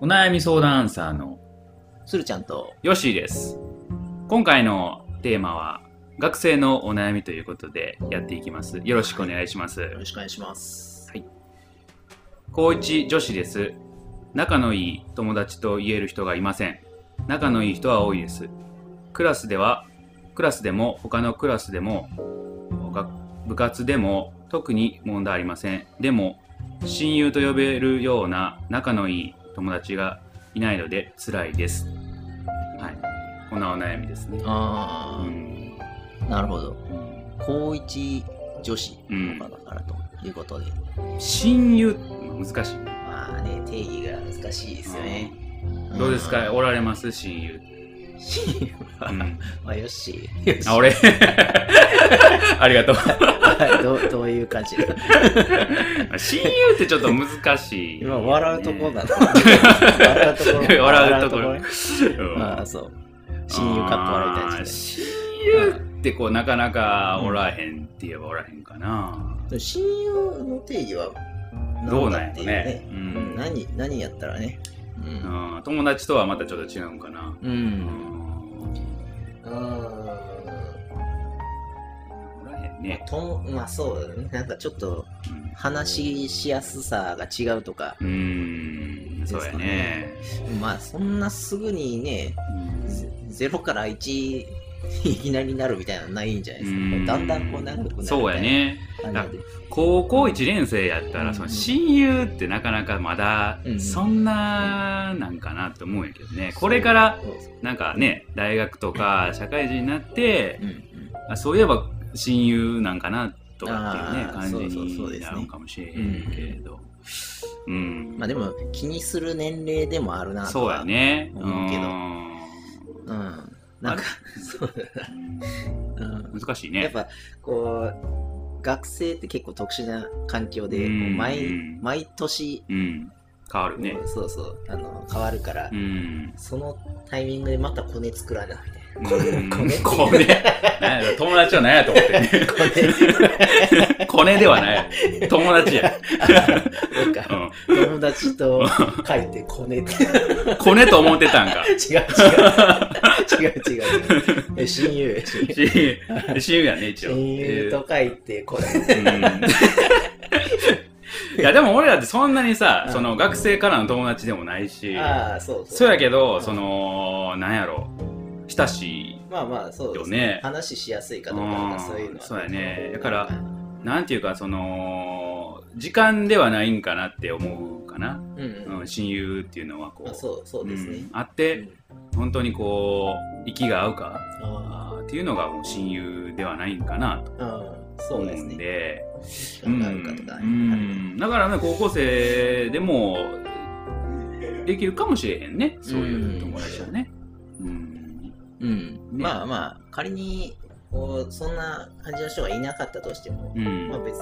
お悩み相談アンサーのするちゃんとヨッシーです。今回のテーマは学生のお悩みということでやっていきます。よろしくお願いします。よろしくお願いします。はい高一女子です。仲のいい友達と言える人がいません。仲のいい人は多いです。クラスでは、クラスでも他のクラスでも、が部活でも特に問題ありません。でも、親友と呼べるような仲のいい友達がいないので辛いです。はい。こんなお悩みですね。うあん。あ、なるほど。うん高一女子うんとかだからということで、親友、難しい。まあね、定義が難しいですよね。んどうですかおられます親友。親友うは、ん まあよし。よしあ、俺 ありがとう。はいどうどういう 感じで。親友ってちょっと難しい、今、笑うとこだ。 なの。 笑うところ。笑うところ笑うところああ、そう。親友かっこ悪いあ感ーじ親友ってこう、なかなかおらへんって言えばおらへんかな。で。親友の定義はどう何なだっんてやろねいうね。。ううんん、何、何やったらね。うん。うん友達とはまたちょっと違うんかな。ううんん。うーんおらへんね。ともまあそうだねなんかちょっと話しやすさが違うとかうん。うんそうやね。まあそんなすぐにねうんゼ0から1 いきなりなるみたいなのないんじゃないですうかだんだんこう長くなるみたいなそうやね。感じなんで高校1年生やったうらんその親友ってなかなかまだうんそんななんかなと思うんやけどねこれからそうそうなんかね大学とか社会人になってうんうんあそういえば親友なんかなとかっていうねあー感じそうそうそうでになすねるんかもしれへんけれどうんまあでも気にする年齢でもあるなとはそうやねう思うけどんうんなんかそうだな、うん、難しいやっねぱこう学生って結構特殊な環境でこううん毎毎年うん変わるねそうそうあの変わるから、うんそのタイミングでまたコネ作らな みたいな。うんコネコネなんやろ友達は何やと思ってコネコネではないやろ友達やなんか、友達 と書いてコ ネって。コネと思ってたんか。違う違う。違う違う違 う。え親友親友親友親友やね、一応。親友と書いてコネ。えーうんいや、でも俺らってそんなにさう、んその学生からの友達でもないし、ああ、そうそうやけけど、その、なんやろ、親しい。まあまあ、そうですよね話しやすいかどうかとか、そういうのは。そうやね。だから、なんていうか、その、時間ではないんかなって思うかな。うんうん。うん、親友っていうのはこまあ、う。そう、そうですねん。あっうて、ん本当にこう、息が合うかああーっていうのがもう親友ではないんかなとーうんそ思ううですんね。で、時間があるかとかね。うんうんだからね高校生でもできるかもしれへんねそういう友達はねうんうん、ねまあまあ仮にこうそんな感じの人がいなかったとしても、うんまあ、別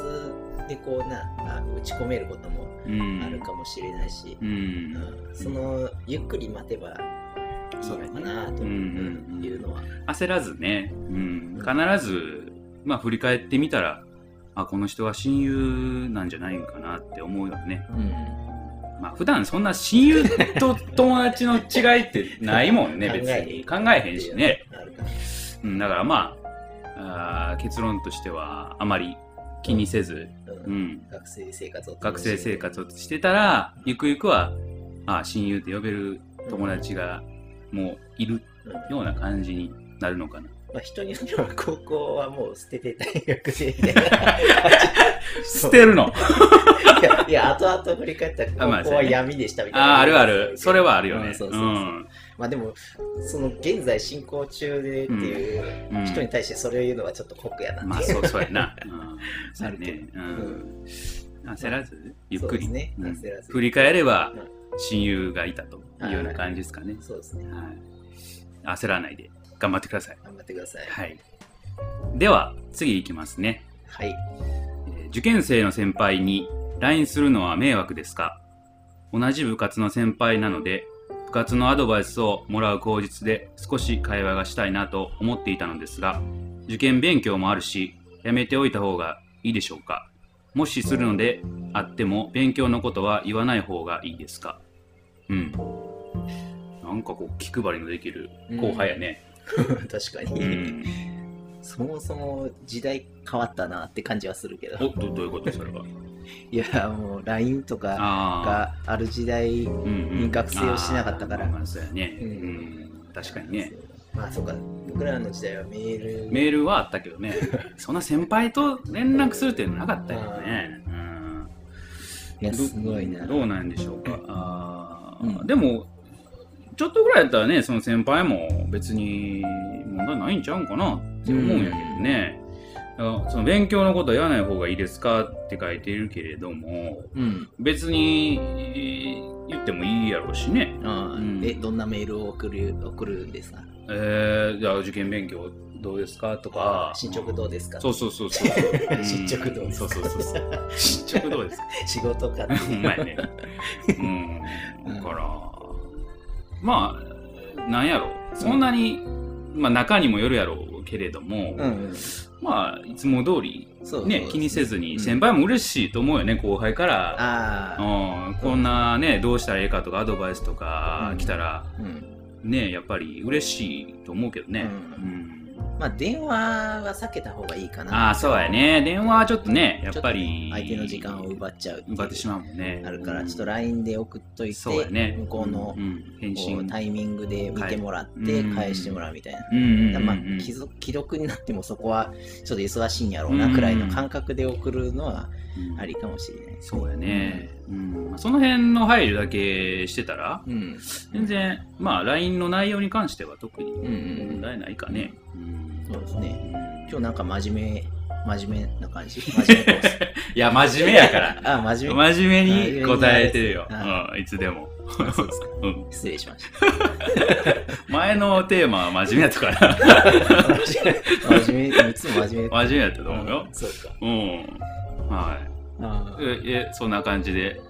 でこうなあ打ち込めることもうんあるかもしれないし、ううんんそのゆっくり待てばいいそうだのかねなとうんうんいうのは、焦らずねうん必ずまあ振り返ってみたらあこの人は親友なんじゃないんかなって思うよねまあ普段そんな親友と友達の違いってないもんね別に考えへんしねあるかなうん、だからまああー結論としてはあまり気にせず、ううんん、学生生活を楽学しむ生生活をしてたらゆくゆくはあ親友って呼べる友達がもういるうんような感じになるのかな。まあ、人によっては高校はもう捨てて大学生 みたいな 捨てるのいやいや後々振り返ったあまあら高校は闇でしたみたいなあーあるあるそれはあるようねん。そうそうそうまあでもその現在進行中でっていううんうん人に対してそれを言うのはちょっと酷やなまっあていう、そうそうやな。うん、そうや あるね。う、うん焦らずゆっくり、そうですねうん焦らず振り返れば親友がいたというような感じですかね。そうですねはい、焦らないで頑張ってください。頑張ってくださいはい。では、次いきますね、はいえー受験生の先輩に LINE するのは迷惑ですか同じ部活の先輩なので、部活のアドバイスをもらう口実で少し会話がしたいなと思っていたのですが、受験勉強もあるし、やめておいた方がいいでしょうかもしするのであっても勉強のことは言わない方がいいですかううん。なんかこう、気配りのできる後輩やね。 確かうに、ん。そもそも時代変わったなって感じはするけおど。ど、どういうことそれは。いや、もう LINE とかあがある時代、あ。うんうん。学生をしてなかったからあーまあそうやね。ううんん。確かにね。。まあそうか、僕らの時代はメール。メールはあったけどね、そんな先輩と連絡するっていうのなかったよね。うん。いや、すごいな。どうなんでしょうか。あーうんでも、ちょっとぐらいやったらね、その先輩も別に問題ないんちゃうんかなって思うんやけどね。だからその勉強のことは言わない方がいいですかって書いているけれども、うん。別にえー言ってもいいやろうしね。ああうんえ、どんなメールを送る送るんですかえー、じゃあ受験勉強どうですかとか。進捗どうですかそうそうそう そう。うん進捗どうですそうかそうそうそう。進捗どうですか 仕事かって。ほんまやね。うん。だから、まあ、なんやろ。そんなに、まあ中にもよるやろうけれども、うんうん。まあ、いつも通り、そうね、気にせずうに、ん先輩も嬉しいと思うよね、後輩から。ああ。うん、こんなね、どうしたらええかとか、アドバイスとかうん来たら、うん。ね、やっぱり嬉しいと思うけどね。ううんまあ、電話は避けた方がいいかな。ああ、そうやね。電話はちょっとね、やっぱり。相手の時間を奪っちゃう奪ってしまうもんね。あるから、ちょっと LINE で送っといて、そうやね。向こうのうんうん返こう信。タイミングで見てもらっはてい、返してもらうみたいな。うんうんうんうまあ、ん既読既読になってもそこはちょっと忙しいんやろうなうんくらいの感覚で送るのはうんありかもしれないですねそうやね。うんまあその辺の配慮だけしてたら、うん。全然、まあ、LINE の内容に関しては特にうんうん問題ないかね。うんそうですね。うん今日なんか真面目、真面目な感 じ。真面目コースいや、真面目や から。あ、真面目。真面目に答えてるよ。真面目にうんいつでも。 あそうですか。うん失礼しまし前のテーマは真面目やったから、た。真面目、いつも 真面目。真面目やったと思うよん。そうか。うん。はい。あーえ、えそんな感じで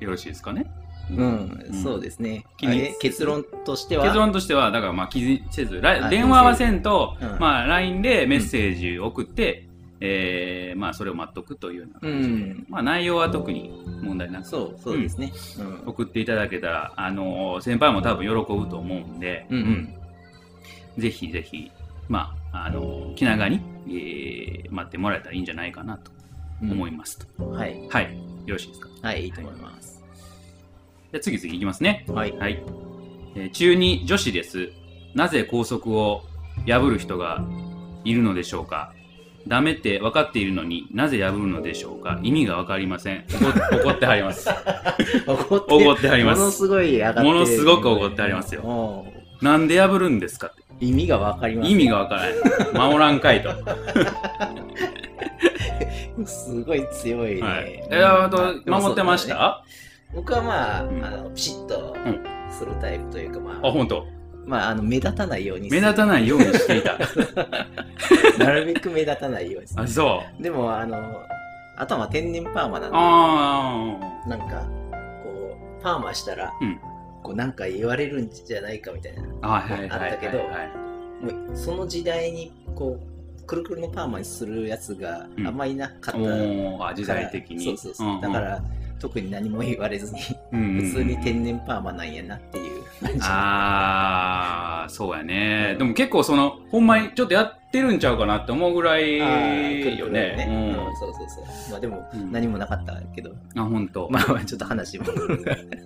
よろしいですかね。うん、そうですね。気にあれ結論としては、結論としては、だからまあ気にせず、らあ電話はせんと、気にせずうんまあ LINE でメッセージを送って、えーまあそれを待っとくというようなう感じで、ん、まあ内容は特に問題なくそう、そうですね。うん。送っていただけたら、あのー先輩も多分喜ぶと思うんで、うんうんぜひぜひ、まあ、あのー気長に、えー待ってもらえたらいいんじゃないかなと思いますと。はい、はい。よろしいですか。はい、いいと思います。じゃあ次々いきますね。 はい。はい、えー中二女子です。なぜ校則を破る人がいるのでしょうかダメって分かっているのになぜ破るのでしょうか意味が分かりません。怒怒ってはり ます。怒って怒ってはりまものす。すごい上がってるものすごく怒ってありますよよ。なんで破るんですかって意味がわかります。意味が分からない。守らんかいと。すごい強 いね。はい、うんえーとまあ守ってましでもそうた、だね僕はまあ、うんあのピシッとんするタイプというか、まあ、あ、本当。まあ、あの目立たないようにす目る立たないようにしていた。なるべく目立たないようにするあ、 そう。でも、あの、頭は天然パーマなんで、あなんか、こう、パーマしたら、うんこう、なんか言われるんじゃないかみたいな。もあ。あはいはいはいはい、はい。あったけどう、その時代に、こう、くるくるのパーマにするやつがうんあんまりなかったから、おーあ時代的に。そうそうそう。んんだか、ら、特に何も言われずに、うんうんうん普通に天然パーマなんやなっていう感じ。ああ、そうやね、うんでも結構その、ほんまにちょっとやってるんちゃうかなって思うぐらいあーくるくよるね。うんそうそうそう。まあでも、うん何もなかったけど、うん、あ、ほんと。 まあまあちょっと話も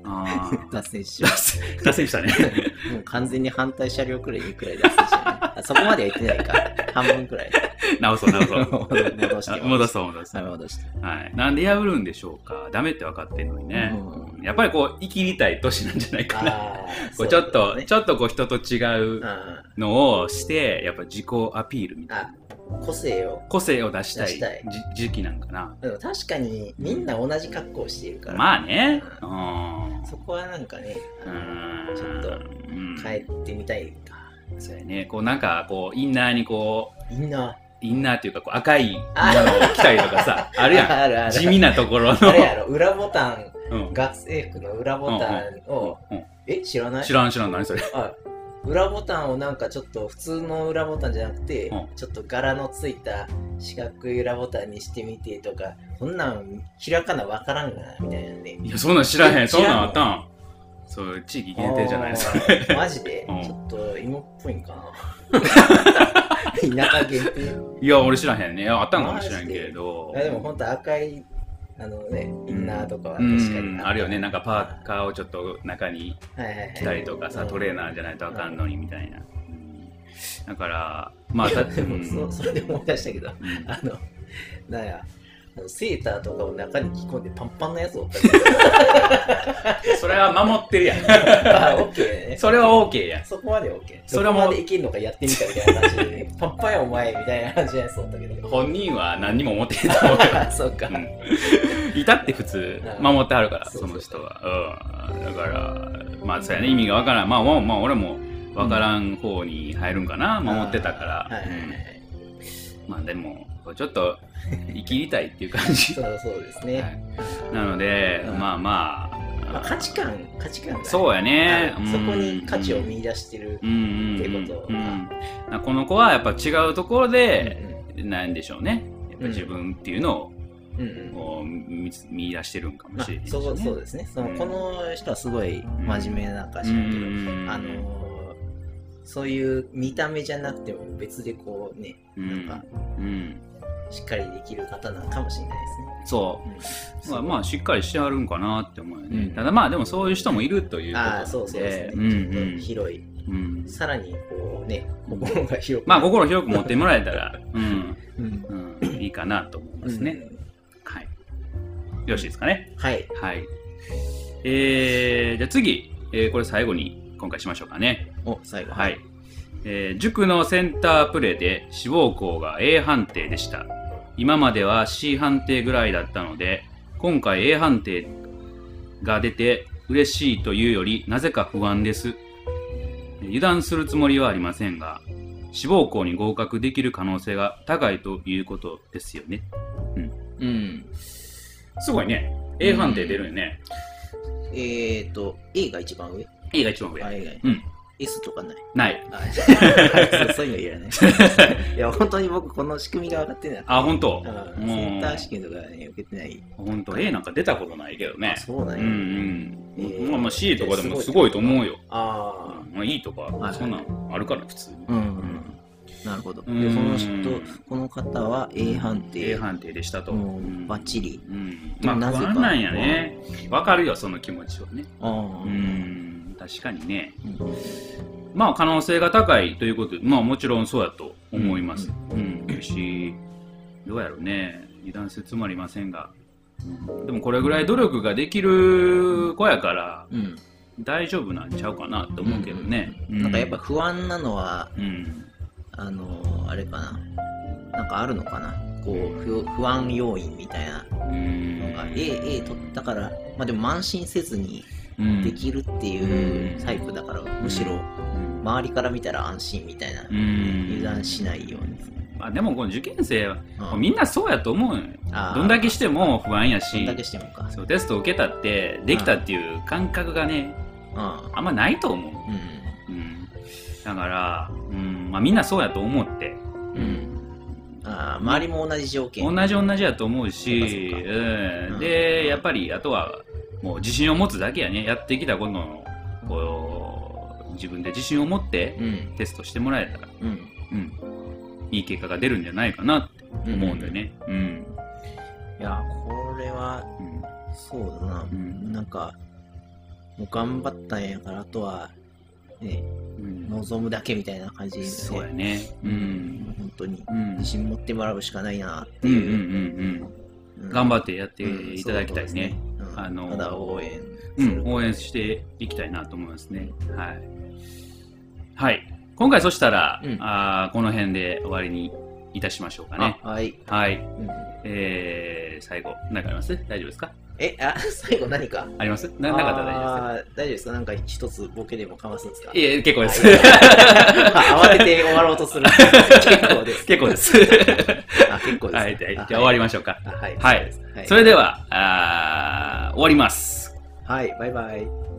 あー脱線しよ脱線脱線したね。 う。もう完全に反対車両くらいにくらい脱線したね。あそこまでは言ってないか。半分くらい。 直そう 直そう。戻して。あ戻そう戻そ。はいう戻して。はい。なんで破るんでしょうか。ダメって分かってるのにね。うんうんやっぱりこう、生きりたい年なんじゃないかな。あ あ、こうちょっと、そうだねちょっとこう人と違うあのをして、やっぱ自己アピールみたいな。あ個性を。個性を出した出したいいじ時期なんかな。でも確かにみんな同じ格好をしているから、まあね。ううん。そこはなんかね、ちちょっとっ変えてみたいか。うん、そうやねこうなんかこうインナーにこうみんな、インナーっていうかこう赤いもあのを着たりとか さああるやあるあんる地味なところのあれやろ、裏ボタン、うん学生服の裏ボタンを、うんえ、知らない知らん知らん何それあ裏ボタンをなんかちょっと普通の裏ボタンじゃなくて、うんちょっと柄のついた四角い裏ボタンにしてみてとか、そんなん開かなわからんがな、みたいなね。いやそんなん知らへん知そんらんなんあったんそういう地域限定じゃないですか。あーマジで、うんちょっと芋っぽいんか な田舎限定いや、俺知らへんね。いやあったんかもしれんけれどい。やでも本当赤いあのねインナーとかはう確かにん、あるよね。なんかパーカーをちょっと中にはいはいはい着たりとかさ、トレーナーじゃないとあかんのにみたいな。うんだから、まあ、だって、でうんも そそれで思い出したけど うんあのなんやあのセーターとかを中に着込んでパンパンなやつおっ たけどそれは守ってるやん。あオッケー ねそれは OK やん。そこまで OK そそれれはもうまでいけるのかやってみたみたいな感じ で、ね、パンパンやお前みたいな感じのやつおったけど本人は何にも思ってへんと思う けど。あ そうか、うんいたって普通うん守ってはるからそそうそうの人は、うん、だからまあそうやね意味がわからんまあまあまあ俺もわからん方に入るんかな、守ってたから、はいはいはいはうんいまあでもちょっと生きりたいっていう感じ、そはうそうですね、い、なので、うんまあまあ、まあ価値観価値観がねそうやね、はいうんそこに価値を見出してる、うんうんっていうことうはんなこの子はやっぱ違うところで、うんなんでしょうねやっぱ自分っていうのをうんうんこう見つ見出してるんかもまあしれない、ねそうそうですねその、うんこの人はすごい真面目な歌詞うだけど、んあのーそういう見た目じゃなくても別でこうねうんなんかうん、しっかりできる方なのかもしれないそうですね、まあ、まあしっかりしてはるんかなって思うよね、うんただまあでもそういう人もいるということあなあそうのそうでですうね、んちょっと広いうんうんさらにこうね心が広くまあ心広く持ってもらえたら、うんうんうん、いいかなと思いますね、うんはいよろしいですかねはいはいえー、じゃあ次、えーこれ最後に今回しましょうかねお最後はい、えー塾のセンタープレーで志望校が A 判定でした今までは C 判定ぐらいだったので今回 A 判定が出て嬉しいというよりなぜか不安です油断するつもりはありませんが志望校に合格できる可能性が高いということですよねうんすごいね A 判定出るよね、えーと A が一番上 A が一番上あ A がうん S と かないないあそうそういうのいら ない。いや、本当に僕、この仕組みが分かってない。あ本当ううんんセンター試験とかね、受けてない。本当 A なんか出たことないけどねあそうなんうや。んうん、えーまあまあ C とかでもすごいと思うよ。あまあいいとか、はいそんなんあるから普通に。あ、うん、ううんん、なるほど。で、こうんの人、この方は A 判 A 定。判定でしたと。うもうんバッチリ。うん、でまもあなぜ不か安なんやね。わかるよ、その気持ちはね。ああう。ん、確かにね。うんまあ可能性が高いということで、まあもちろんそうやと思います。う、うんし、どうやろうね、油断するつもありませんが。うんでもこれぐらい努力ができる子やからうん。大丈夫なんちゃうかなと思うけどね。うなんかやっぱ、不安なのは、うん、あのー、あれかな。なんかあるのかな。こう、不不安要因みたいなのが、A、A 取ったから、まあでも慢心せずに、うんできるっていうタイプだから、むしろうん周りから見たら安心みたいな、うん油断しないように、まあ、でもこの受験生はうみんなそうやと思うのよあーどんだけしても不安やどんしだけしてもかそうテスト受けたってできたっていう感覚がねうあんまないと思んう、うん、だから、うんまあ、みんなそうやと思って、うん、あー周りも同じ条件同じ同じやと思うしそうかそううんうんでやっぱりあとはもう自信を持つだけやねやってきたことのこう自分で自信を持ってうんテストしてもらえたら、うんうん、いい結果が出るんじゃないかなって思うんだよね。うんいやこれはうんそうだな、うんなんかもう頑張ったんやからあとはね望むだけみたいな感じうん、で、ね、そうやね。うん。本当にうん。自信持ってもらうしかないなってうんうんいう、うんうん。頑張っってやっていただきたいね。あのーただ応援うするん。応援していきたいなと思いますね。はい。はい。今回そしたら、うんあーこの辺で終わりにいたしましょうかね。あはい、はい。うんえー、最後、何かあります大丈夫ですかえあ 最後何かありますななかったら大丈夫であー大丈夫ですかなんか一つボケでもかますんですかす。いえ、結構です。あ 慌てて終わろうとする結構で す結構です。あ結構ですはい。じゃああじゃあ終わりましょうか。はいはいはいそれでは、あー終わります。はいバイバイ